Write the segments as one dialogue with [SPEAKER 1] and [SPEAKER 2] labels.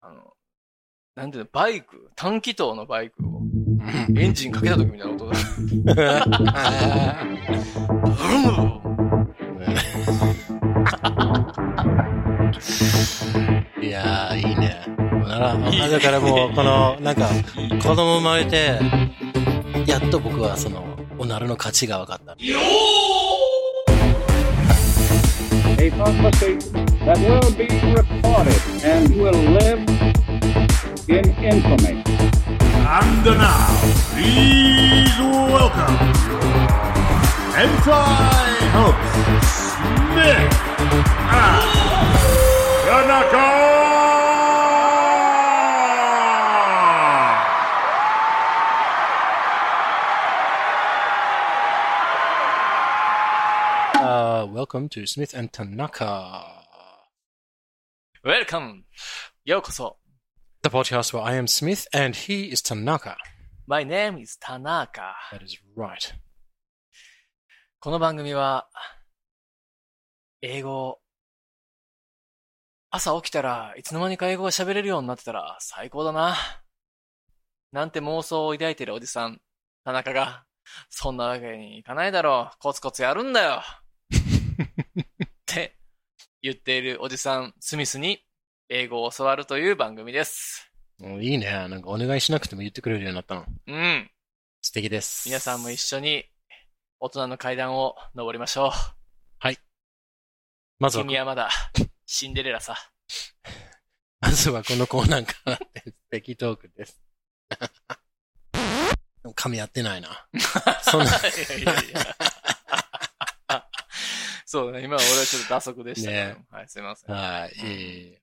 [SPEAKER 1] あの、なんていうの、バイク、短気筒のバイクを、 エンジンかけた時みたいな音が、ブルム
[SPEAKER 2] いやー、いいね。なら、だからもう、この、なんか、子供生まれて、やっと僕はその、おならの価値が分かった。
[SPEAKER 3] a prophecy that will be recorded and will live in infamy.
[SPEAKER 4] And now, please welcome Hentai Host Smith and Tanaka!
[SPEAKER 2] あー welcome to Smith and Tanaka.
[SPEAKER 1] Welcome! ようこそ
[SPEAKER 2] The podcast where I am Smith and he is Tanaka.
[SPEAKER 1] !My name is Tanaka.
[SPEAKER 2] That is right.
[SPEAKER 1] この番組は、英語、朝起きたらいつの間にか英語が喋れるようになってたら最高だな。なんて妄想を抱いてるおじさん、田中が、そんなわけにいかないだろう。コツコツやるんだよ。って言っているおじさん、スミスに英語を教わるという番組です。
[SPEAKER 2] もういいね。なんかお願いしなくても言ってくれるようになったの。
[SPEAKER 1] うん。
[SPEAKER 2] 素敵です。
[SPEAKER 1] 皆さんも一緒に大人の階段を登りましょう。
[SPEAKER 2] まずは、
[SPEAKER 1] 君はまだシンデレラさ。
[SPEAKER 2] まずはこのコーナーからです。素敵トークです。 でも噛み合ってないな。そんな、
[SPEAKER 1] いやいやいや そうだね、今は俺はちょっと打足でしたけど、
[SPEAKER 2] ね
[SPEAKER 1] はい、すいません。
[SPEAKER 2] はい、え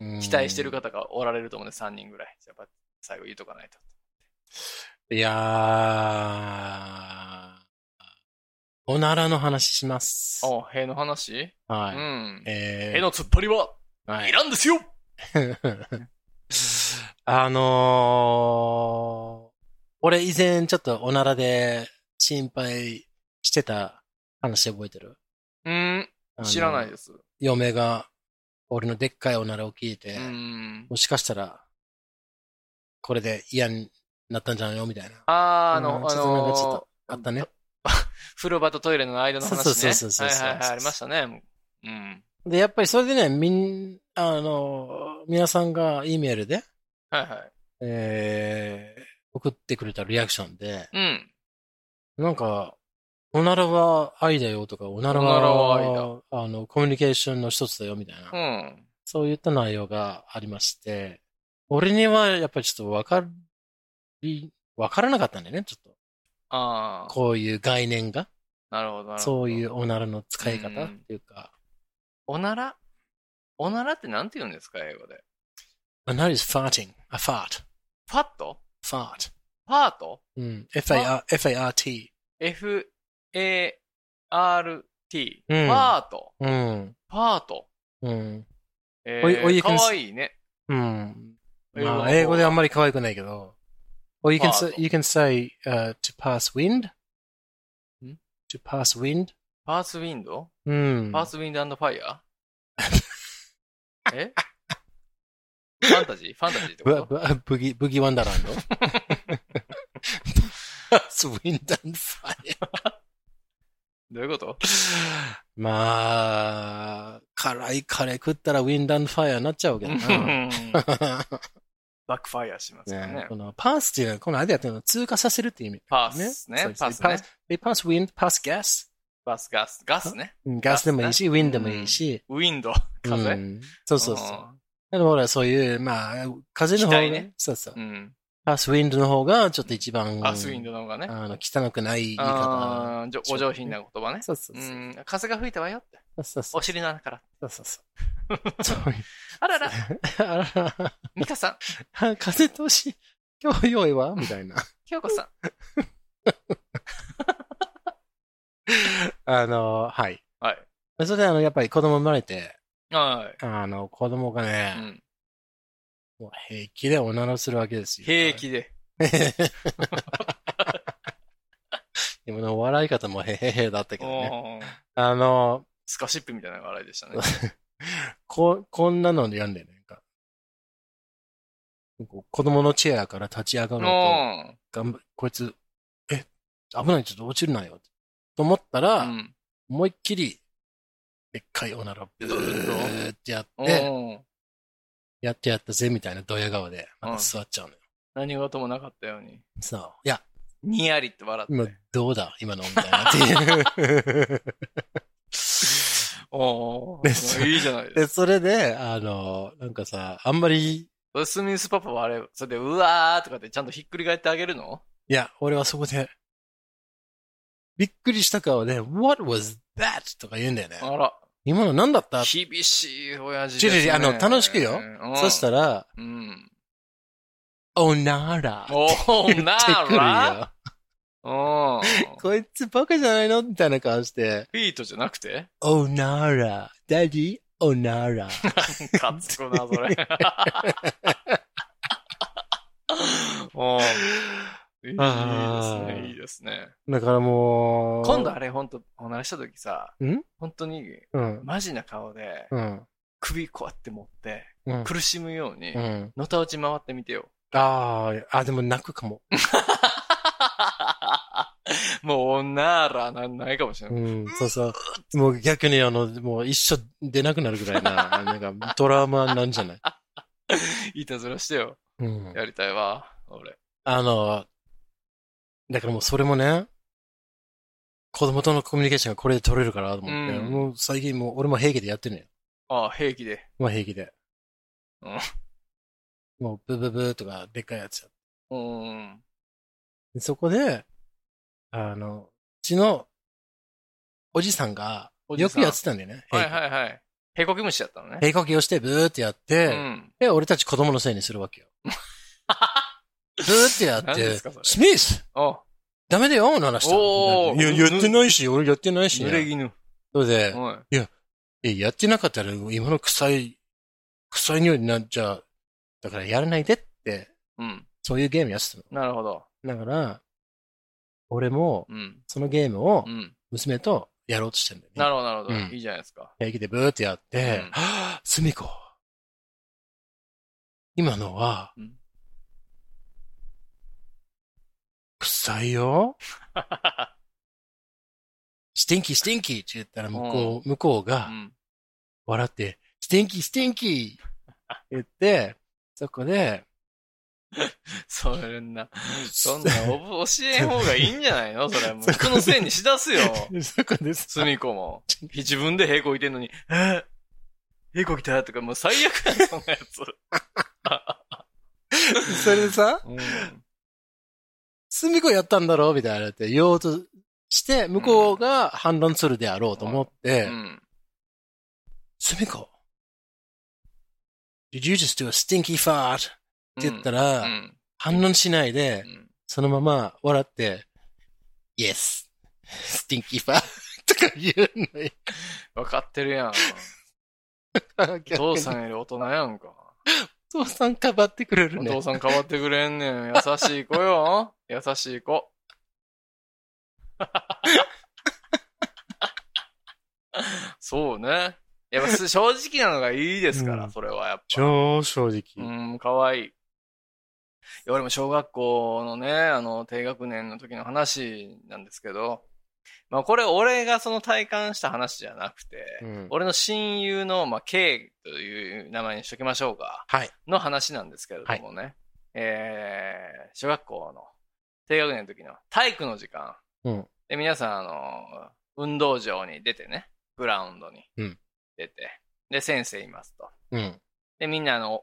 [SPEAKER 2] ー
[SPEAKER 1] 期待してる。方がおられると思うんで、3人ぐらい。やっぱ最後言うとかないと。
[SPEAKER 2] うんいやー、おならの話します。
[SPEAKER 1] お塀の話、
[SPEAKER 2] は
[SPEAKER 1] う
[SPEAKER 2] い。
[SPEAKER 1] ん。
[SPEAKER 2] えー
[SPEAKER 1] 塀の突っ張りは
[SPEAKER 2] はい
[SPEAKER 1] いらんですよ、
[SPEAKER 2] あのー、俺以前ちょっとおならで心配してた話覚えてる
[SPEAKER 1] うん、知らない
[SPEAKER 2] す。
[SPEAKER 1] です。
[SPEAKER 2] 嫁が俺のでっかいおならを聞いて、
[SPEAKER 1] うん。
[SPEAKER 2] もしかしたら、これで嫌になったんじゃないのみたいな。
[SPEAKER 1] あー、あ
[SPEAKER 2] う
[SPEAKER 1] の、
[SPEAKER 2] ん
[SPEAKER 1] あ
[SPEAKER 2] ちょっとなんかちょっ
[SPEAKER 1] の
[SPEAKER 2] とあったね。
[SPEAKER 1] 風呂場とトイレの間の話ね。
[SPEAKER 2] そうそうそうそうそう
[SPEAKER 1] はいはいはい、ありましたね。うん。
[SPEAKER 2] で、やっぱりそれでね、みん、あの、皆さんが E メールで、
[SPEAKER 1] はいはい。
[SPEAKER 2] えー、送ってくれたリアクションで、
[SPEAKER 1] うん。
[SPEAKER 2] なんか、おならは愛だよとか、おならは、
[SPEAKER 1] おならは
[SPEAKER 2] あの、コミュニケーションの一つだよみたいな、
[SPEAKER 1] うん。
[SPEAKER 2] そういった内容がありまして、俺にはやっぱりちょっとわかり、わからなかったんだよね、ちょっ
[SPEAKER 1] あ
[SPEAKER 2] と。
[SPEAKER 1] ー、
[SPEAKER 2] こういう概念が、
[SPEAKER 1] なるほど、なるほど。
[SPEAKER 2] そういうおならの使い方
[SPEAKER 1] う
[SPEAKER 2] っ
[SPEAKER 1] ん
[SPEAKER 2] ていうか、
[SPEAKER 1] おならおならってなんて言うんですか、英語で。
[SPEAKER 2] 何 is farting? A fart.
[SPEAKER 1] ファット
[SPEAKER 2] Fart.
[SPEAKER 1] ファート
[SPEAKER 2] うん。F-A-R- F-A-R-T.
[SPEAKER 1] ?F-A-R-T。
[SPEAKER 2] うん
[SPEAKER 1] ファート。
[SPEAKER 2] うん。
[SPEAKER 1] ファート。
[SPEAKER 2] うん。
[SPEAKER 1] え
[SPEAKER 2] おいおい
[SPEAKER 1] ー、
[SPEAKER 2] い
[SPEAKER 1] か
[SPEAKER 2] くんす
[SPEAKER 1] わいいね。
[SPEAKER 2] うん。
[SPEAKER 1] 英語の方
[SPEAKER 2] ま
[SPEAKER 1] は
[SPEAKER 2] あ、英語であんまり可愛くないけど。Or you can say,
[SPEAKER 1] パート
[SPEAKER 2] you can say, uh, to pass wind.
[SPEAKER 1] ん
[SPEAKER 2] To pass wind.
[SPEAKER 1] パースウィンド
[SPEAKER 2] うん。
[SPEAKER 1] パースウィンドファイ ヤーえファンタジーファンタジーってこ
[SPEAKER 2] ブ
[SPEAKER 1] と
[SPEAKER 2] ブブギ、ブギワンダーラン ド。pass wind and fire.
[SPEAKER 1] どういうこと
[SPEAKER 2] まあ、辛いカレー食ったら wind and fire になっちゃうけどな。
[SPEAKER 1] バックファイヤーしますよね
[SPEAKER 2] こ。の pass っていうのは、この間やってるのは通過させるっていう意味。
[SPEAKER 1] パース
[SPEAKER 2] そう
[SPEAKER 1] ね
[SPEAKER 2] で。す
[SPEAKER 1] パースね。
[SPEAKER 2] They pass wind, pass gas.
[SPEAKER 1] パスガス。ガスね。
[SPEAKER 2] うんガスでもいいし、ウィンでもいいし。
[SPEAKER 1] ウィンド。
[SPEAKER 2] う
[SPEAKER 1] 風。
[SPEAKER 2] んそうそうそう。
[SPEAKER 1] ん
[SPEAKER 2] でもほら、そういう、まあ、風の方が、
[SPEAKER 1] 機体ね
[SPEAKER 2] そうそう
[SPEAKER 1] う。ん。
[SPEAKER 2] パスウィンドの方が、ちょっと一番、
[SPEAKER 1] パースウィンドの方がね。
[SPEAKER 2] あの、汚くない言い方。
[SPEAKER 1] あーじょお上品な言葉ね。
[SPEAKER 2] そうそう
[SPEAKER 1] う
[SPEAKER 2] そう。
[SPEAKER 1] ん、風が吹いたわよって。
[SPEAKER 2] そうそう
[SPEAKER 1] お尻の穴から。
[SPEAKER 2] そうそう そう。そういう
[SPEAKER 1] あ らら、
[SPEAKER 2] あら
[SPEAKER 1] ミカさん、
[SPEAKER 2] ら、 風通し、今日用意はみたいな。
[SPEAKER 1] 京子さん。
[SPEAKER 2] あの、はい。
[SPEAKER 1] はい。
[SPEAKER 2] それで、あの、やっぱり子供生まれて、
[SPEAKER 1] は
[SPEAKER 2] あの、子供がね
[SPEAKER 1] い。う、ん、
[SPEAKER 2] もう平気でおならするわけですよ。
[SPEAKER 1] 平。 気で。
[SPEAKER 2] 今の笑い方もへへへだったけどね。
[SPEAKER 1] おー
[SPEAKER 2] あの、
[SPEAKER 1] スカシップみたいな笑いでしたね。
[SPEAKER 2] こ、こんなのでやんだよね。なんかこう子供のチェアから立ち上が
[SPEAKER 1] う
[SPEAKER 2] る
[SPEAKER 1] ん。
[SPEAKER 2] のと、頑張こいつ、え、危ない、ちょっと落ちるなよ。と思ったら、
[SPEAKER 1] うん
[SPEAKER 2] 思いっきり、でっかいおなら、ブーってやっ
[SPEAKER 1] う
[SPEAKER 2] て、
[SPEAKER 1] ん。
[SPEAKER 2] やってやったぜ、みたいなドヤ顔で、また座っちゃうのよ。
[SPEAKER 1] 何事もなかったように。
[SPEAKER 2] そう。いや、
[SPEAKER 1] にやりって笑っ
[SPEAKER 2] 今
[SPEAKER 1] て。、
[SPEAKER 2] どうだ今の、みたいなって いう。
[SPEAKER 1] お
[SPEAKER 2] で
[SPEAKER 1] ー、いいじゃないですか
[SPEAKER 2] で、それで、あの、なんかさ、あんまり、い
[SPEAKER 1] ウェストミンスパパはあれ、それで、うわーとかってちゃんとひっくり返ってあげるの
[SPEAKER 2] や、俺はそこで、びっくりした顔で、What was that? とか言うんだよね。
[SPEAKER 1] あら、
[SPEAKER 2] 今の何だった
[SPEAKER 1] 厳しい親父
[SPEAKER 2] ち
[SPEAKER 1] で
[SPEAKER 2] ょ
[SPEAKER 1] す、
[SPEAKER 2] ちょ
[SPEAKER 1] ね。
[SPEAKER 2] ちょあの楽しくよ
[SPEAKER 1] うん、
[SPEAKER 2] そした
[SPEAKER 1] ら。
[SPEAKER 2] ら、
[SPEAKER 1] うん。
[SPEAKER 2] おなら。
[SPEAKER 1] おー、な
[SPEAKER 2] ってくる
[SPEAKER 1] ら
[SPEAKER 2] よ。
[SPEAKER 1] うん。
[SPEAKER 2] こいつバカじゃないのみたいな顔して、
[SPEAKER 1] フィートじゃなくて
[SPEAKER 2] おなら。ダディ、おなら。
[SPEAKER 1] かっつくな、そ れ。お
[SPEAKER 2] あ
[SPEAKER 1] ー
[SPEAKER 2] ー
[SPEAKER 1] いいですね、いいですね。
[SPEAKER 2] だからもう、
[SPEAKER 1] 今度あれ、ほんと、おならした時さ、
[SPEAKER 2] ん
[SPEAKER 1] 本当に、
[SPEAKER 2] うん、
[SPEAKER 1] マジな顔で、
[SPEAKER 2] うん、
[SPEAKER 1] 首こうやって持って、
[SPEAKER 2] うん。
[SPEAKER 1] 苦しむように
[SPEAKER 2] う、ん。
[SPEAKER 1] のたうち回ってみて よ。
[SPEAKER 2] あーあ、でも泣くかも。
[SPEAKER 1] もう、おならなんないかもしれ
[SPEAKER 2] う
[SPEAKER 1] ない。
[SPEAKER 2] ん、そうそう。もう逆にあの、もう一生出なくなるぐらい な、なんかトラウマなんじゃない
[SPEAKER 1] いたずらしてよ。
[SPEAKER 2] うん。
[SPEAKER 1] やりたいわ、俺。
[SPEAKER 2] あの、だからもうそれもね、子供とのコミュニケーションがこれで取れるからと思って、
[SPEAKER 1] うん
[SPEAKER 2] もう最近もう俺も平気でやってるのよ。
[SPEAKER 1] ああ、平気で。
[SPEAKER 2] まあ平気で。
[SPEAKER 1] うん
[SPEAKER 2] もうブブブーとかでっかいやつや
[SPEAKER 1] うーん。
[SPEAKER 2] でそこで、あの、うちのおじさんが
[SPEAKER 1] おじ
[SPEAKER 2] よ
[SPEAKER 1] さん
[SPEAKER 2] くやってたんだよね。
[SPEAKER 1] はいはいはい。へこき虫だったのね。
[SPEAKER 2] 平気平気をしてブーってやって、
[SPEAKER 1] うん。
[SPEAKER 2] で、俺たち子供のせいにするわ けよ。ブーってやっ
[SPEAKER 1] 何で
[SPEAKER 2] て
[SPEAKER 1] すかそ、れ
[SPEAKER 2] スミス
[SPEAKER 1] あ、
[SPEAKER 2] ダメだよ、鳴らした
[SPEAKER 1] おー
[SPEAKER 2] いや、やってないし、俺やってないし
[SPEAKER 1] 濡
[SPEAKER 2] ね、
[SPEAKER 1] れ衣。
[SPEAKER 2] それで、
[SPEAKER 1] はい。
[SPEAKER 2] えやってなかったら今の臭い、臭い匂いになっちゃう。だからやらないでって、
[SPEAKER 1] うん。
[SPEAKER 2] そういうゲームやってた
[SPEAKER 1] なるほど。
[SPEAKER 2] の。だから、俺も
[SPEAKER 1] うん。
[SPEAKER 2] そのゲームを
[SPEAKER 1] うん。
[SPEAKER 2] 娘とやろうとしてんだよね。
[SPEAKER 1] なるほど、なるほど。
[SPEAKER 2] うん
[SPEAKER 1] いいじゃないですか。
[SPEAKER 2] 平気でブーってやって、
[SPEAKER 1] うん
[SPEAKER 2] はぁすみこ。今のは、
[SPEAKER 1] うん
[SPEAKER 2] 臭 いよ。スティンキー、スティンキーって言ったら向こう、向こう
[SPEAKER 1] う
[SPEAKER 2] が
[SPEAKER 1] ん。
[SPEAKER 2] 笑って、スティンキー、スティンキーって言って、そこ で、
[SPEAKER 1] それな、そんな、おぼ教えん方がいいんじゃない のそれはもう。人のせいにしだすよ。
[SPEAKER 2] そこです。
[SPEAKER 1] すみこも。自分で平行いてんのに、え平行来たとか、もう最悪やん、そんなやつ。
[SPEAKER 2] それでさ、
[SPEAKER 1] うん。
[SPEAKER 2] すみこやったんだろうみたいなって言おうとして、向こうが反論するであろうと思って、
[SPEAKER 1] うん。
[SPEAKER 2] Sumiko, did you just do a stinky fart? って言ったら、
[SPEAKER 1] うん。
[SPEAKER 2] 反論しないで、
[SPEAKER 1] うん
[SPEAKER 2] そのまま笑って、Yes, stinky fart とか言うのよ。
[SPEAKER 1] わかってる やん。お父さんより大人やんか。
[SPEAKER 2] お父さんかばってくれる
[SPEAKER 1] お
[SPEAKER 2] ね。
[SPEAKER 1] 父さん変わってくれんねん。優しい子よ。優しい 子。そうね。やっぱす正直なのがいいですから、
[SPEAKER 2] うん
[SPEAKER 1] それはやっぱ。
[SPEAKER 2] 超正直。
[SPEAKER 1] うん、かわいい。いや俺も小学校のね、あの、低学年の時の話なんですけど、まあこれ俺がその体感した話じゃなくて、
[SPEAKER 2] うん
[SPEAKER 1] 俺の親友の、まあ、K という名前にしときましょうか。
[SPEAKER 2] はい
[SPEAKER 1] の話なんですけれどもね。えー、小学校の低学年の時の体育の時間。
[SPEAKER 2] うん
[SPEAKER 1] で、皆さん、あの、運動場に出てね、グラウンドに
[SPEAKER 2] うん
[SPEAKER 1] 出て、で、先生いますと。
[SPEAKER 2] うん。
[SPEAKER 1] で、みんなあの、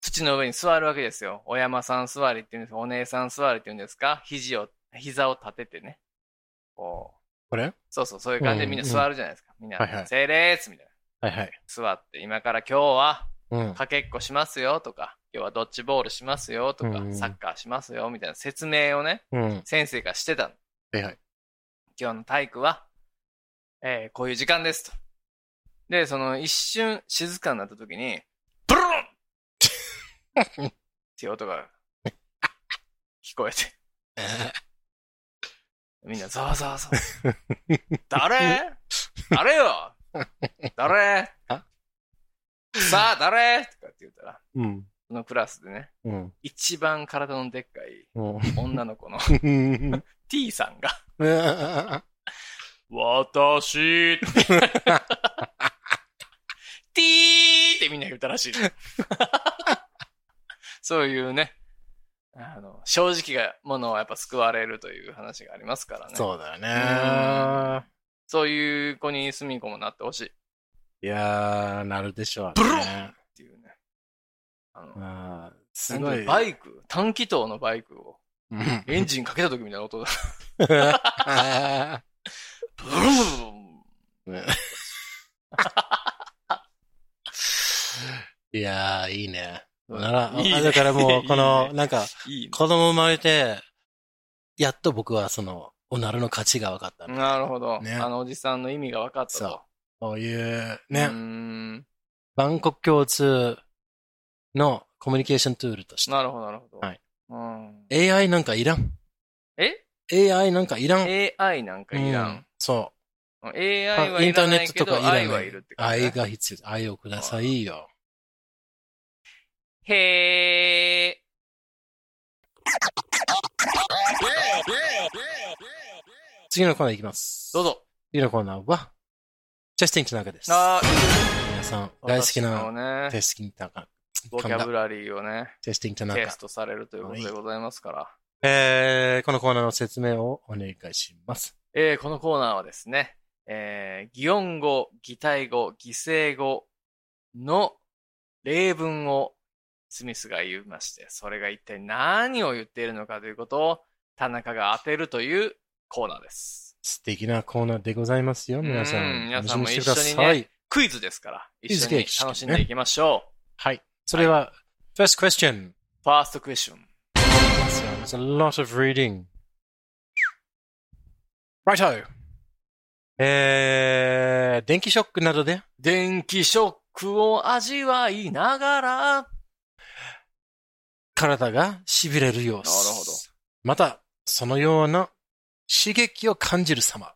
[SPEAKER 1] 土の上に座るわけですよ。お山さん座りっていうんですか、お姉さん座りっていうんですか、肘を、膝を立ててね。こう、
[SPEAKER 2] これ
[SPEAKER 1] そうそう、そういう感じで
[SPEAKER 2] うん
[SPEAKER 1] みんな座るじゃないですか。みんな、
[SPEAKER 2] はいはい
[SPEAKER 1] 整列みたいな。
[SPEAKER 2] はいはい。
[SPEAKER 1] 座って、今から今日は
[SPEAKER 2] うん。
[SPEAKER 1] かけっこしますよとか、今日はドッジボールしますよとか、
[SPEAKER 2] うん
[SPEAKER 1] サッカーしますよみたいな説明をね、
[SPEAKER 2] うん。
[SPEAKER 1] 先生がしてたの。
[SPEAKER 2] はいはい。
[SPEAKER 1] 今日の体育は、えーこういう時間ですと。で、その一瞬静かになった時に、ブルーン っていう音が聞こえて、みんなざわざわざわ。 誰誰よ誰
[SPEAKER 2] あ
[SPEAKER 1] さあ誰とかって言ったら、
[SPEAKER 2] うん。
[SPEAKER 1] そのクラスでね、
[SPEAKER 2] うん。
[SPEAKER 1] 一番体のでっかい
[SPEAKER 2] も
[SPEAKER 1] 女の 子の
[SPEAKER 2] う。うん。
[SPEAKER 1] T さんが、私 って T ーってみんな言ったらしい ね。そういうね、あの、正直がものはやっぱ救われるという話がありますからね。そう
[SPEAKER 2] そうだよね。
[SPEAKER 1] いう子にすみこもなってほしいっ
[SPEAKER 2] いやー、なるでしょうね。
[SPEAKER 1] ブルンていうね。あの、
[SPEAKER 2] あーす
[SPEAKER 1] す
[SPEAKER 2] ご
[SPEAKER 1] ご
[SPEAKER 2] い。
[SPEAKER 1] い。バイク、短気筒のバイクを
[SPEAKER 2] うん。
[SPEAKER 1] エンジンかけた時みたいな音 だ。
[SPEAKER 2] あ
[SPEAKER 1] ブルンブルン
[SPEAKER 2] ーねいやー、いいね。なら、
[SPEAKER 1] いいね
[SPEAKER 2] だからも、
[SPEAKER 1] いうい
[SPEAKER 2] この、
[SPEAKER 1] ね
[SPEAKER 2] なんか、
[SPEAKER 1] いいね。
[SPEAKER 2] 子供生まれて、やっと僕はその、おなるの価値が分かった。
[SPEAKER 1] なるほど。
[SPEAKER 2] ね
[SPEAKER 1] あのおじさんの意味が分かった
[SPEAKER 2] そう
[SPEAKER 1] と。
[SPEAKER 2] こういう、
[SPEAKER 1] うー
[SPEAKER 2] ね、
[SPEAKER 1] ん。
[SPEAKER 2] 万国共通のコミュニケーションツールとして。
[SPEAKER 1] なるほど、なるほど。
[SPEAKER 2] はい
[SPEAKER 1] うん。
[SPEAKER 2] AI なんかいらん。
[SPEAKER 1] え
[SPEAKER 2] AI なんかいらん。
[SPEAKER 1] ?AI なんかいら。
[SPEAKER 2] うんそ
[SPEAKER 1] AI
[SPEAKER 2] う。
[SPEAKER 1] は
[SPEAKER 2] イ
[SPEAKER 1] い
[SPEAKER 2] ンタ
[SPEAKER 1] ら
[SPEAKER 2] ーネ
[SPEAKER 1] な
[SPEAKER 2] ッ
[SPEAKER 1] い
[SPEAKER 2] ト
[SPEAKER 1] け
[SPEAKER 2] と
[SPEAKER 1] ど、
[SPEAKER 2] かいらない。
[SPEAKER 1] 愛はいるって感じ、
[SPEAKER 2] 愛
[SPEAKER 1] ね。
[SPEAKER 2] が必要。愛をくださいよ。
[SPEAKER 1] へー。
[SPEAKER 2] 次のコーナーいきます。
[SPEAKER 1] どうぞ。
[SPEAKER 2] 次のコーナーは、ジャスティン・田中です。
[SPEAKER 1] あ
[SPEAKER 2] 皆さん、大好き
[SPEAKER 1] 私
[SPEAKER 2] な、
[SPEAKER 1] の
[SPEAKER 2] ジ
[SPEAKER 1] ね、
[SPEAKER 2] ャスティン・田中。
[SPEAKER 1] ボキャブラリーをね、
[SPEAKER 2] ジャスティン・田
[SPEAKER 1] テ
[SPEAKER 2] 中
[SPEAKER 1] ス。トされるということでございますから。
[SPEAKER 2] えー、このコーナーの説明をお願いします。
[SPEAKER 1] えーこのコーナーはですね、えー擬音語、擬態語、擬声語の例文をスミスが言いまして、それが一体何を言っているのかということを田中が当てるというコーナーです。
[SPEAKER 2] 素敵なコーナーでございますよ、皆さ
[SPEAKER 1] うん
[SPEAKER 2] ん。
[SPEAKER 1] 皆さんも
[SPEAKER 2] 楽しみにしてくだ
[SPEAKER 1] 一緒
[SPEAKER 2] さ
[SPEAKER 1] に
[SPEAKER 2] い。
[SPEAKER 1] クイズですから、
[SPEAKER 2] イ
[SPEAKER 1] 一
[SPEAKER 2] ズ
[SPEAKER 1] 緒に
[SPEAKER 2] 形式ね
[SPEAKER 1] 楽しんでいきましょ
[SPEAKER 2] はい。それは、first question.
[SPEAKER 1] う。ファーストクエスチョン。
[SPEAKER 2] There's a lot of reading. Righto. えー、電気ショックなどで、
[SPEAKER 1] 電気ショックを味わいながら、なる
[SPEAKER 2] 体が痺れる様子。
[SPEAKER 1] ほど。
[SPEAKER 2] また、そのような刺激を感じる様。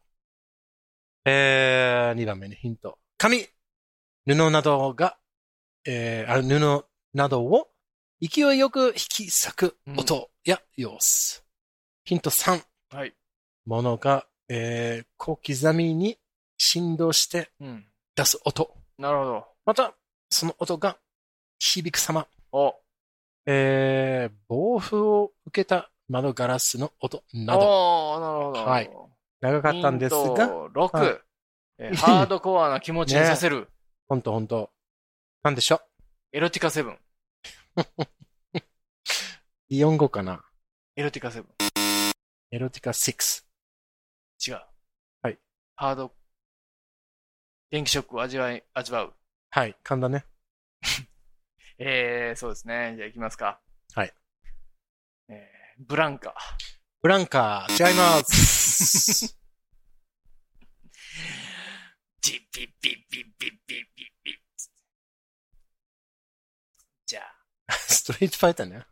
[SPEAKER 2] えー、2番目のヒント。紙、布などが、えー、あ布などを勢いよく引き裂く音や様子。ヒント3、
[SPEAKER 1] はい。
[SPEAKER 2] 物が、えー、小刻みに振動して
[SPEAKER 1] うん。
[SPEAKER 2] 出す音。
[SPEAKER 1] なるほど。
[SPEAKER 2] また、その音が響く様。
[SPEAKER 1] お、
[SPEAKER 2] えー、暴風を受けた窓ガラスの音など。
[SPEAKER 1] おーなるほど。
[SPEAKER 2] はい長かったんです
[SPEAKER 1] ヒン
[SPEAKER 2] が、
[SPEAKER 1] ト6、
[SPEAKER 2] はい
[SPEAKER 1] えーハードコアな気持ちにさせ る、
[SPEAKER 2] ほんとほんと。なんでしょう
[SPEAKER 1] エロティカセブン。
[SPEAKER 2] イオン語かな
[SPEAKER 1] エロティカセブン。
[SPEAKER 2] エロティカ6。
[SPEAKER 1] 違う。
[SPEAKER 2] はい。
[SPEAKER 1] ハード、電気ショックを味わい、味わう。
[SPEAKER 2] はい、噛んだね。
[SPEAKER 1] えー、そうですね。じゃあ行きますか。
[SPEAKER 2] はい。
[SPEAKER 1] えー、ブランカ。
[SPEAKER 2] ブランカー、違います。
[SPEAKER 1] ジッピッピッピッピッピッピッピッ。じゃあ、
[SPEAKER 2] ストリートファイターね。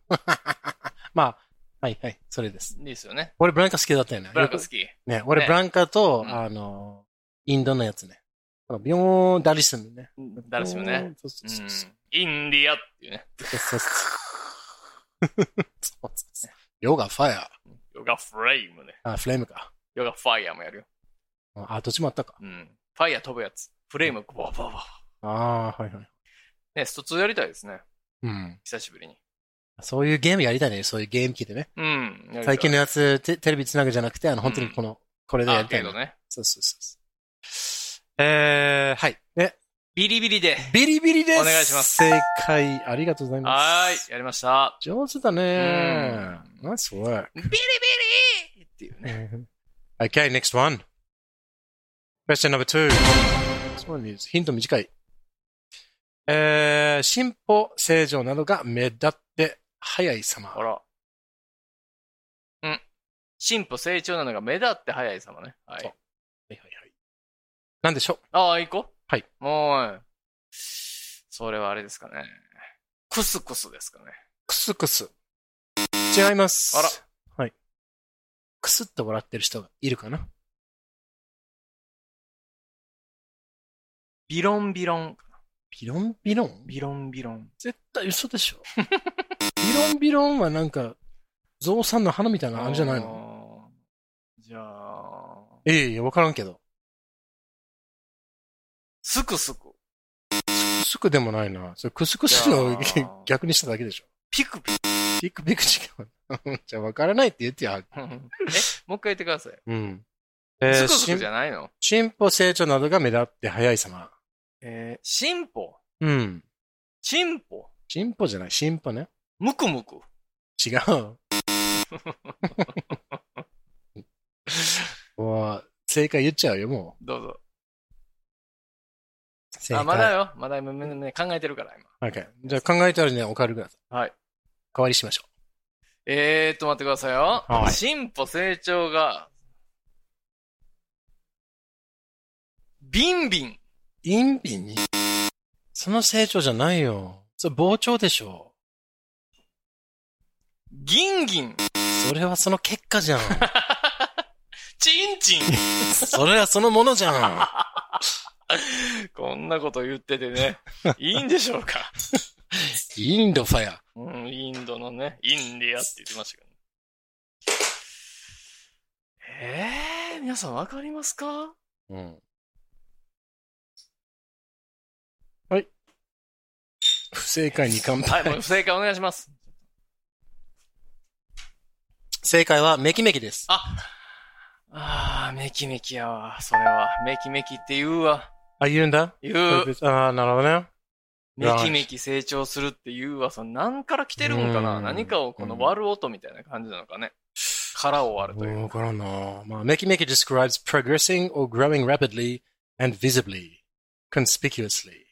[SPEAKER 2] まあ、はいはい、それです。
[SPEAKER 1] いいですよね。
[SPEAKER 2] 俺ブランカ好きだったよね。
[SPEAKER 1] ブランカ好
[SPEAKER 2] よ
[SPEAKER 1] き。
[SPEAKER 2] くね、俺
[SPEAKER 1] ね
[SPEAKER 2] ブランカ
[SPEAKER 1] う
[SPEAKER 2] と、
[SPEAKER 1] ん
[SPEAKER 2] あの、インドのやつね。このビヨーン、ダリスムね。
[SPEAKER 1] 誰しもね。。
[SPEAKER 2] そうそううそうそう。
[SPEAKER 1] ん。インディアっていうね。
[SPEAKER 2] そうそうそうそうそうそうヨガ、ファイア
[SPEAKER 1] ヨガフレームね。
[SPEAKER 2] ー。あ、フレームか。
[SPEAKER 1] ヨガファイヤーもやるよ。
[SPEAKER 2] あ、どっちもあったか。
[SPEAKER 1] うん。ファイヤー飛ぶやつ。フレーム、ボワボワボワ。
[SPEAKER 2] ああ、はいはい。
[SPEAKER 1] ね、スト2やりたいですね。
[SPEAKER 2] うん。
[SPEAKER 1] 久しぶりに。
[SPEAKER 2] そういうゲームやりたいね。そういうゲーム機でね。
[SPEAKER 1] うん。やりたい
[SPEAKER 2] 最近のやつ、テテレビつなぐじゃなくて、あの、本当にこの、これでや
[SPEAKER 1] ア
[SPEAKER 2] り
[SPEAKER 1] ーケ
[SPEAKER 2] たい
[SPEAKER 1] ー
[SPEAKER 2] な。
[SPEAKER 1] ドね。
[SPEAKER 2] そうそうそうそう。えー、はい。え、
[SPEAKER 1] ビリビリで。
[SPEAKER 2] ビリビリです。
[SPEAKER 1] お願いします
[SPEAKER 2] 正解、ありがとうございま
[SPEAKER 1] は
[SPEAKER 2] す。
[SPEAKER 1] ーい。やりました。
[SPEAKER 2] 上手だね。ナイス work.
[SPEAKER 1] ビリビリっていうね。
[SPEAKER 2] okay, next one. Question number two. This one is ヒント短い。えー、進歩、正常などが目立って、早い様
[SPEAKER 1] あ。ら。うん。進歩成長なのが目立って早い様ね。は
[SPEAKER 2] そう
[SPEAKER 1] い。
[SPEAKER 2] はいはいはい。なんでしょう
[SPEAKER 1] ああ、行こう。
[SPEAKER 2] はい。
[SPEAKER 1] もう、それはあれですかね。クスクスですかね。
[SPEAKER 2] クスクス。違います。
[SPEAKER 1] あら。
[SPEAKER 2] はい。クスって笑ってる人がいるかな
[SPEAKER 1] ビロンビロン。
[SPEAKER 2] ビロンビロン
[SPEAKER 1] ビロンビロン。
[SPEAKER 2] 絶対嘘でし ょ。ビロンビロンはなんか、ゾウさんの花みたいなのあるじゃないの
[SPEAKER 1] のじゃあ、
[SPEAKER 2] いやいや、わからんけど。
[SPEAKER 1] すくすく。
[SPEAKER 2] クスクでもないな。それクスクス
[SPEAKER 1] いや
[SPEAKER 2] の
[SPEAKER 1] ー
[SPEAKER 2] 逆にしただけでしょ。
[SPEAKER 1] ピクピク。
[SPEAKER 2] ピクピク違 う。じゃあわからないって言ってや。
[SPEAKER 1] え、もう一回言ってください。
[SPEAKER 2] うん。えー
[SPEAKER 1] すくすく
[SPEAKER 2] し
[SPEAKER 1] じ
[SPEAKER 2] ん
[SPEAKER 1] ゃないの
[SPEAKER 2] 進歩成長などが目立って早い様。
[SPEAKER 1] えー、進歩、
[SPEAKER 2] うん。
[SPEAKER 1] チンポ、
[SPEAKER 2] 進歩じゃない、進歩ね。
[SPEAKER 1] ムクムク。
[SPEAKER 2] 違 う。もう、正解言っちゃうよ、もう。
[SPEAKER 1] どうぞ。
[SPEAKER 2] 正解。
[SPEAKER 1] あ、まだよ。まだ今、ねね考えてるから、今。
[SPEAKER 2] OK じゃあ考えたらね、お帰りください。
[SPEAKER 1] はい。
[SPEAKER 2] 代わりしましょ
[SPEAKER 1] えーっと、待ってくださいよ。
[SPEAKER 2] はい
[SPEAKER 1] 進歩成長が、ビンビン。
[SPEAKER 2] う。インビにその成長じゃないよ。それ膨張でしょ。
[SPEAKER 1] ギンギン。
[SPEAKER 2] それはその結果じゃん。
[SPEAKER 1] チンチン。
[SPEAKER 2] それはそのものじゃ
[SPEAKER 1] こんなこと言ってて ね。いいんでしょうか。
[SPEAKER 2] ん。インドファヤ。
[SPEAKER 1] うん、インドのね、インディアって言ってましたけど、ね。えー、皆さんわかりますか
[SPEAKER 2] うん。はい。不正解に乾
[SPEAKER 1] はい、も
[SPEAKER 2] 杯。
[SPEAKER 1] う正解お願いします。
[SPEAKER 2] 正解はメキメキです。
[SPEAKER 1] あ、あーメキメキやわ、それは。メキメキって言うわ。
[SPEAKER 2] あ、言うんだ
[SPEAKER 1] 言
[SPEAKER 2] あ
[SPEAKER 1] う。
[SPEAKER 2] あ、なるほどね。
[SPEAKER 1] メキメキ成長するって言うわ。その何から来てるんか
[SPEAKER 2] う
[SPEAKER 1] なん何かをこの割る音みたいな感じなのかね。殻を割るという
[SPEAKER 2] わからんな。まあ、Makey Makey describes progressing or growing rapidly and visibly, conspicuously.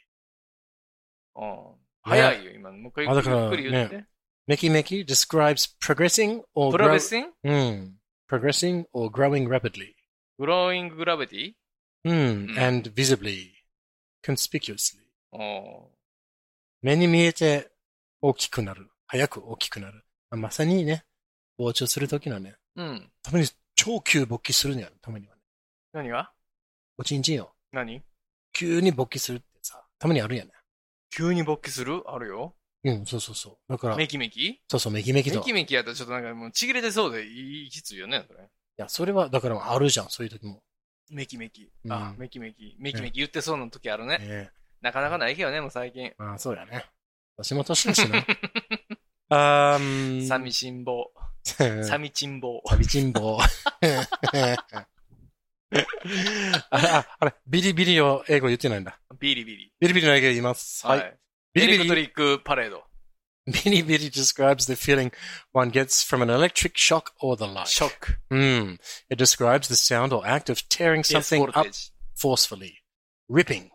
[SPEAKER 1] うん。早いよ、今。もう一回
[SPEAKER 2] あ
[SPEAKER 1] ゆ
[SPEAKER 2] だ
[SPEAKER 1] っ
[SPEAKER 2] から
[SPEAKER 1] くり言って。
[SPEAKER 2] Makey Makey describes progressing or
[SPEAKER 1] プロレスティング
[SPEAKER 2] grow- うん。progressing or growing rapidly.
[SPEAKER 1] グローインググラビティ
[SPEAKER 2] うん。
[SPEAKER 1] うん
[SPEAKER 2] and visibly, conspicuously.
[SPEAKER 1] うん
[SPEAKER 2] 目に見えて大きくなる。早く大きくなる。まあまさにね、膨張するときのね、
[SPEAKER 1] うん。
[SPEAKER 2] ために超急勃起するには、ためにはね。
[SPEAKER 1] 何が
[SPEAKER 2] おちんちんを
[SPEAKER 1] 何
[SPEAKER 2] 急に勃起するってさ、たまにあるやね。
[SPEAKER 1] 急に勃起するあるよ。
[SPEAKER 2] うん、そうそうそう。だから、
[SPEAKER 1] メキメキ
[SPEAKER 2] そうそう、メキメキ
[SPEAKER 1] メ
[SPEAKER 2] と。
[SPEAKER 1] キメキやったらちょっとなんかもうちぎれてそうでいいきついよね、それ。
[SPEAKER 2] いや、それは、だからあるじゃん、そういう時も。
[SPEAKER 1] メキメキ。あ、
[SPEAKER 2] うん
[SPEAKER 1] メキメキ。メキメキ言ってそうな時あるね。
[SPEAKER 2] ええ
[SPEAKER 1] なかなかないけどね、もう最近。
[SPEAKER 2] まあ、そうやね。私も年だし な。あーん。
[SPEAKER 1] 寂しんぼう。
[SPEAKER 2] 寂
[SPEAKER 1] 寂ちんぼう。
[SPEAKER 2] 寂ちんぼう。あれ、ああれ、ビリビリを英語言ってないんだ。
[SPEAKER 1] ビリビリ。
[SPEAKER 2] ビリビリの英語言います。はい。
[SPEAKER 1] はい。
[SPEAKER 2] ビリ
[SPEAKER 1] エレ
[SPEAKER 2] ビ
[SPEAKER 1] ク
[SPEAKER 2] リ
[SPEAKER 1] ト。リックパレード。
[SPEAKER 2] Bini Bini describes the feeling one gets from an electric shock or the like.
[SPEAKER 1] ショック。
[SPEAKER 2] Mm. It describes the sound or act of tearing
[SPEAKER 1] デス
[SPEAKER 2] something
[SPEAKER 1] ボルテ
[SPEAKER 2] up
[SPEAKER 1] ージ。
[SPEAKER 2] forcefully, ripping.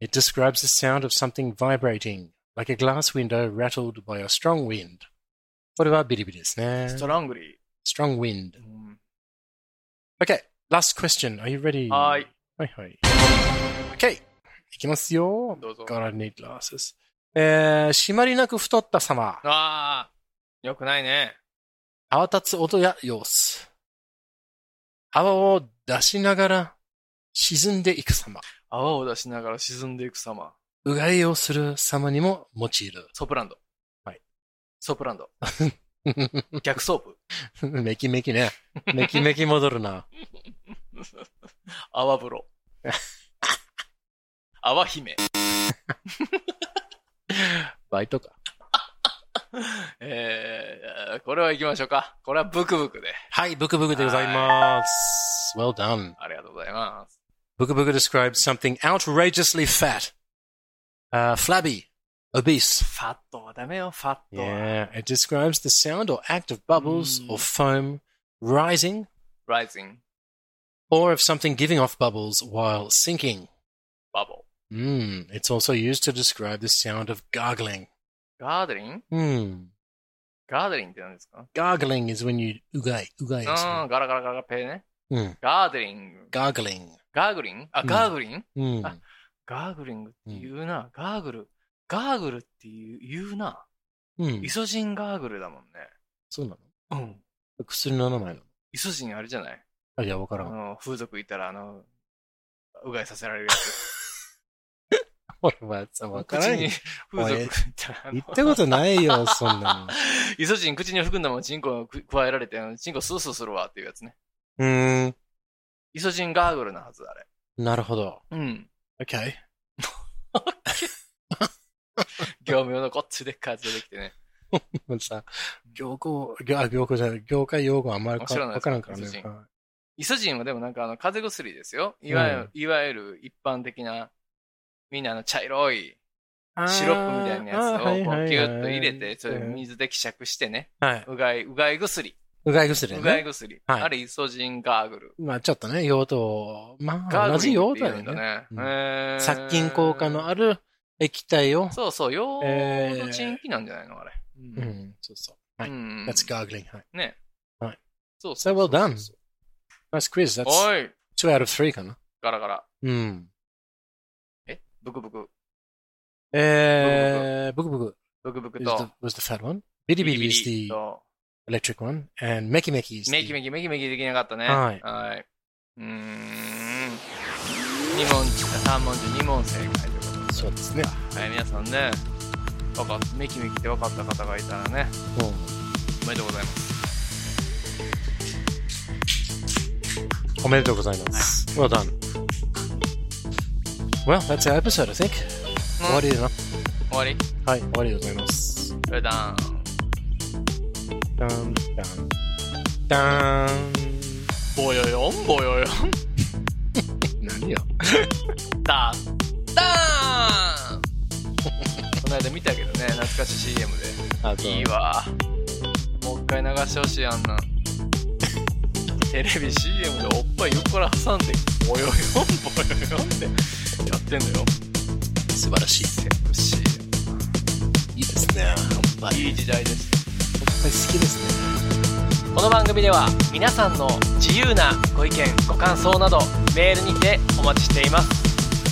[SPEAKER 2] It describes the sound of something vibrating, like a glass window rattled by a strong wind. これはビリビリですね。
[SPEAKER 1] ストラングリ
[SPEAKER 2] Strong wind.
[SPEAKER 1] ー。うん
[SPEAKER 2] Okay, last question. Are you ready?
[SPEAKER 1] はい。
[SPEAKER 2] はいはい。Okay. いきますよ。
[SPEAKER 1] どうぞ
[SPEAKER 2] Gotta need glasses. えー、締まりなく太った様。
[SPEAKER 1] ああ、よくないね。
[SPEAKER 2] 泡立つ音や様子。泡を出しながら沈んでいく様。
[SPEAKER 1] 泡を出しながら沈んでいく様。
[SPEAKER 2] うがいをする様にも用いる。
[SPEAKER 1] ソープランド。
[SPEAKER 2] はい。
[SPEAKER 1] ソープランド。 逆ソープ。
[SPEAKER 2] メキメキね。メキメキ戻るな。
[SPEAKER 1] 泡風呂。泡姫。
[SPEAKER 2] バイトか。
[SPEAKER 1] えー、これは行きましょうか。これはブクブクで。
[SPEAKER 2] はい、ブクブクでございます。Well done.
[SPEAKER 1] ありがとうございます。
[SPEAKER 2] ブクブク describes something outrageously fat.、Uh, flabby, obese.
[SPEAKER 1] ファットはダメよ、ファットは。
[SPEAKER 2] Yeah, it describes the sound or act of bubbles
[SPEAKER 1] Mm.
[SPEAKER 2] or foam rising
[SPEAKER 1] rising
[SPEAKER 2] or of something giving off bubbles while sinking.
[SPEAKER 1] bubble.
[SPEAKER 2] Mm, it's also used to describe the sound of gargling.
[SPEAKER 1] ガーデリン
[SPEAKER 2] Mm.
[SPEAKER 1] ガーデリンって何ですか
[SPEAKER 2] Gargling is when you ugai, ugai.
[SPEAKER 1] あ
[SPEAKER 2] is
[SPEAKER 1] ん、ガラガラガラガラペーね。
[SPEAKER 2] when- Mm,
[SPEAKER 1] ガーデリング。
[SPEAKER 2] gargling.
[SPEAKER 1] ガーグリンあ、
[SPEAKER 2] うん
[SPEAKER 1] ガーグリン、
[SPEAKER 2] Mm.
[SPEAKER 1] あ
[SPEAKER 2] I,
[SPEAKER 1] ガーグリングって言うな。ガーグル。ガーグルって言う言うな。イ
[SPEAKER 2] mm.
[SPEAKER 1] ソジンガーグルだもんね。うん。イソジンあれじゃない
[SPEAKER 2] Oh,
[SPEAKER 1] Ah. あの、風俗いたら、あの、うがいさせられるやつ。
[SPEAKER 2] 俺はさ、 わから
[SPEAKER 1] 口
[SPEAKER 2] ん
[SPEAKER 1] に
[SPEAKER 2] よ。
[SPEAKER 1] 風俗みたいなの。
[SPEAKER 2] 言ったことないよ、そんな
[SPEAKER 1] イソチン口に含んだままチンコをく加えられて、あのチンコスースーするわっていうやつね。
[SPEAKER 2] の。うーん。
[SPEAKER 1] イソチンガーグルなはず、あれ。
[SPEAKER 2] なるほど。
[SPEAKER 1] うん。
[SPEAKER 2] Okay.
[SPEAKER 1] 業務用のこっちでっかいやつ出てきてね。
[SPEAKER 2] もうさ、業行、業あ業界じゃない、業界用語あんまり
[SPEAKER 1] 知
[SPEAKER 2] から
[SPEAKER 1] ない
[SPEAKER 2] わからんから
[SPEAKER 1] 別
[SPEAKER 2] ね
[SPEAKER 1] 人。イソジンはでもなんかあの風邪薬ですよ。いわゆる、いわゆる一般的な、みんなあの茶色い
[SPEAKER 2] はい
[SPEAKER 1] シロップみたいなやつをこうギュッと入れて、ちょっと。
[SPEAKER 2] あー
[SPEAKER 1] 水で希釈してね。
[SPEAKER 2] はい。
[SPEAKER 1] うがい、うがい薬。
[SPEAKER 2] うがい薬
[SPEAKER 1] う
[SPEAKER 2] ね。
[SPEAKER 1] がい薬。
[SPEAKER 2] はい
[SPEAKER 1] あれイソジンガーグル。
[SPEAKER 2] まあちょっとね、用途、ま
[SPEAKER 1] ガー
[SPEAKER 2] あ
[SPEAKER 1] グ
[SPEAKER 2] 同
[SPEAKER 1] ル
[SPEAKER 2] じ用途
[SPEAKER 1] だ
[SPEAKER 2] だ
[SPEAKER 1] よ
[SPEAKER 2] よ
[SPEAKER 1] ね
[SPEAKER 2] ね。。うん
[SPEAKER 1] へー
[SPEAKER 2] 殺菌効果のある液体を。
[SPEAKER 1] そうそう、用
[SPEAKER 2] えー
[SPEAKER 1] のチンキなんじゃないのあれ。
[SPEAKER 2] う、
[SPEAKER 1] うん
[SPEAKER 2] そうそう。はい。
[SPEAKER 1] ん
[SPEAKER 2] That's gargling. はい。
[SPEAKER 1] ね。
[SPEAKER 2] はい。
[SPEAKER 1] そうそ
[SPEAKER 2] So
[SPEAKER 1] う
[SPEAKER 2] well
[SPEAKER 1] そう
[SPEAKER 2] done. Nice quiz. That's
[SPEAKER 1] おい、
[SPEAKER 2] two out of three かな。
[SPEAKER 1] ガラガラ。
[SPEAKER 2] うん。
[SPEAKER 1] ブクブク。
[SPEAKER 2] えー、ブクブク
[SPEAKER 1] ブクブク
[SPEAKER 2] is the,
[SPEAKER 1] と。
[SPEAKER 2] was the fat one. ビリビリ is the
[SPEAKER 1] と
[SPEAKER 2] electric one. And メキメキ is the...
[SPEAKER 1] メキメキメキメキできなかったね。
[SPEAKER 2] はい
[SPEAKER 1] はい。うーん。2問中、3問中2問正解ということ
[SPEAKER 2] そうですね。
[SPEAKER 1] で。はい、皆さんね、わかメキメキって分かった方がいたらね、
[SPEAKER 2] うん
[SPEAKER 1] おめでとうございます。
[SPEAKER 2] おめでとうございます。Well done. Well, that's our episode, I think.
[SPEAKER 1] うん
[SPEAKER 2] 終わりだな。
[SPEAKER 1] 終わり
[SPEAKER 2] はい、終わりでございます。
[SPEAKER 1] それだーん。
[SPEAKER 2] ダン、ダン、ダン。
[SPEAKER 1] ぼよよんぼよよん。
[SPEAKER 2] 何よ。
[SPEAKER 1] だ、だーん この間見たけどね、懐かしい CM で。
[SPEAKER 2] あと、
[SPEAKER 1] いいわもう一回流してほしいあんなん テレビ CM でおっぱい横から挟んでボヨヨンボヨヨンってやってんのよ
[SPEAKER 2] 素晴らしい。
[SPEAKER 1] セクシ
[SPEAKER 2] いいですね。乾
[SPEAKER 1] ーいい時代です
[SPEAKER 2] おっぱい好きですね。
[SPEAKER 1] この番組では皆さんの自由なご意見ご感想などメールにてお待ちしています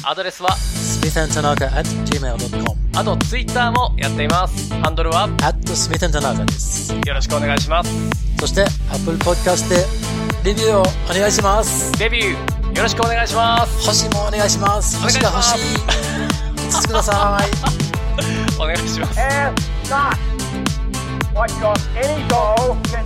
[SPEAKER 1] アドレスは
[SPEAKER 2] smithandtanaka at gmail.com
[SPEAKER 1] あと Twitter もやっていますハンドルは
[SPEAKER 2] at smithandtanaka です。
[SPEAKER 1] よろしくお願いします
[SPEAKER 2] そして、Apple Podcast でレビューをお願いします。
[SPEAKER 1] デビューよろしくお願いします
[SPEAKER 2] 星もお願いします。
[SPEAKER 1] 願い
[SPEAKER 2] 星
[SPEAKER 1] し
[SPEAKER 2] が
[SPEAKER 1] ま
[SPEAKER 2] 欲
[SPEAKER 1] す
[SPEAKER 2] しい。5つください。
[SPEAKER 1] お願いします
[SPEAKER 5] Ask not what your any goal may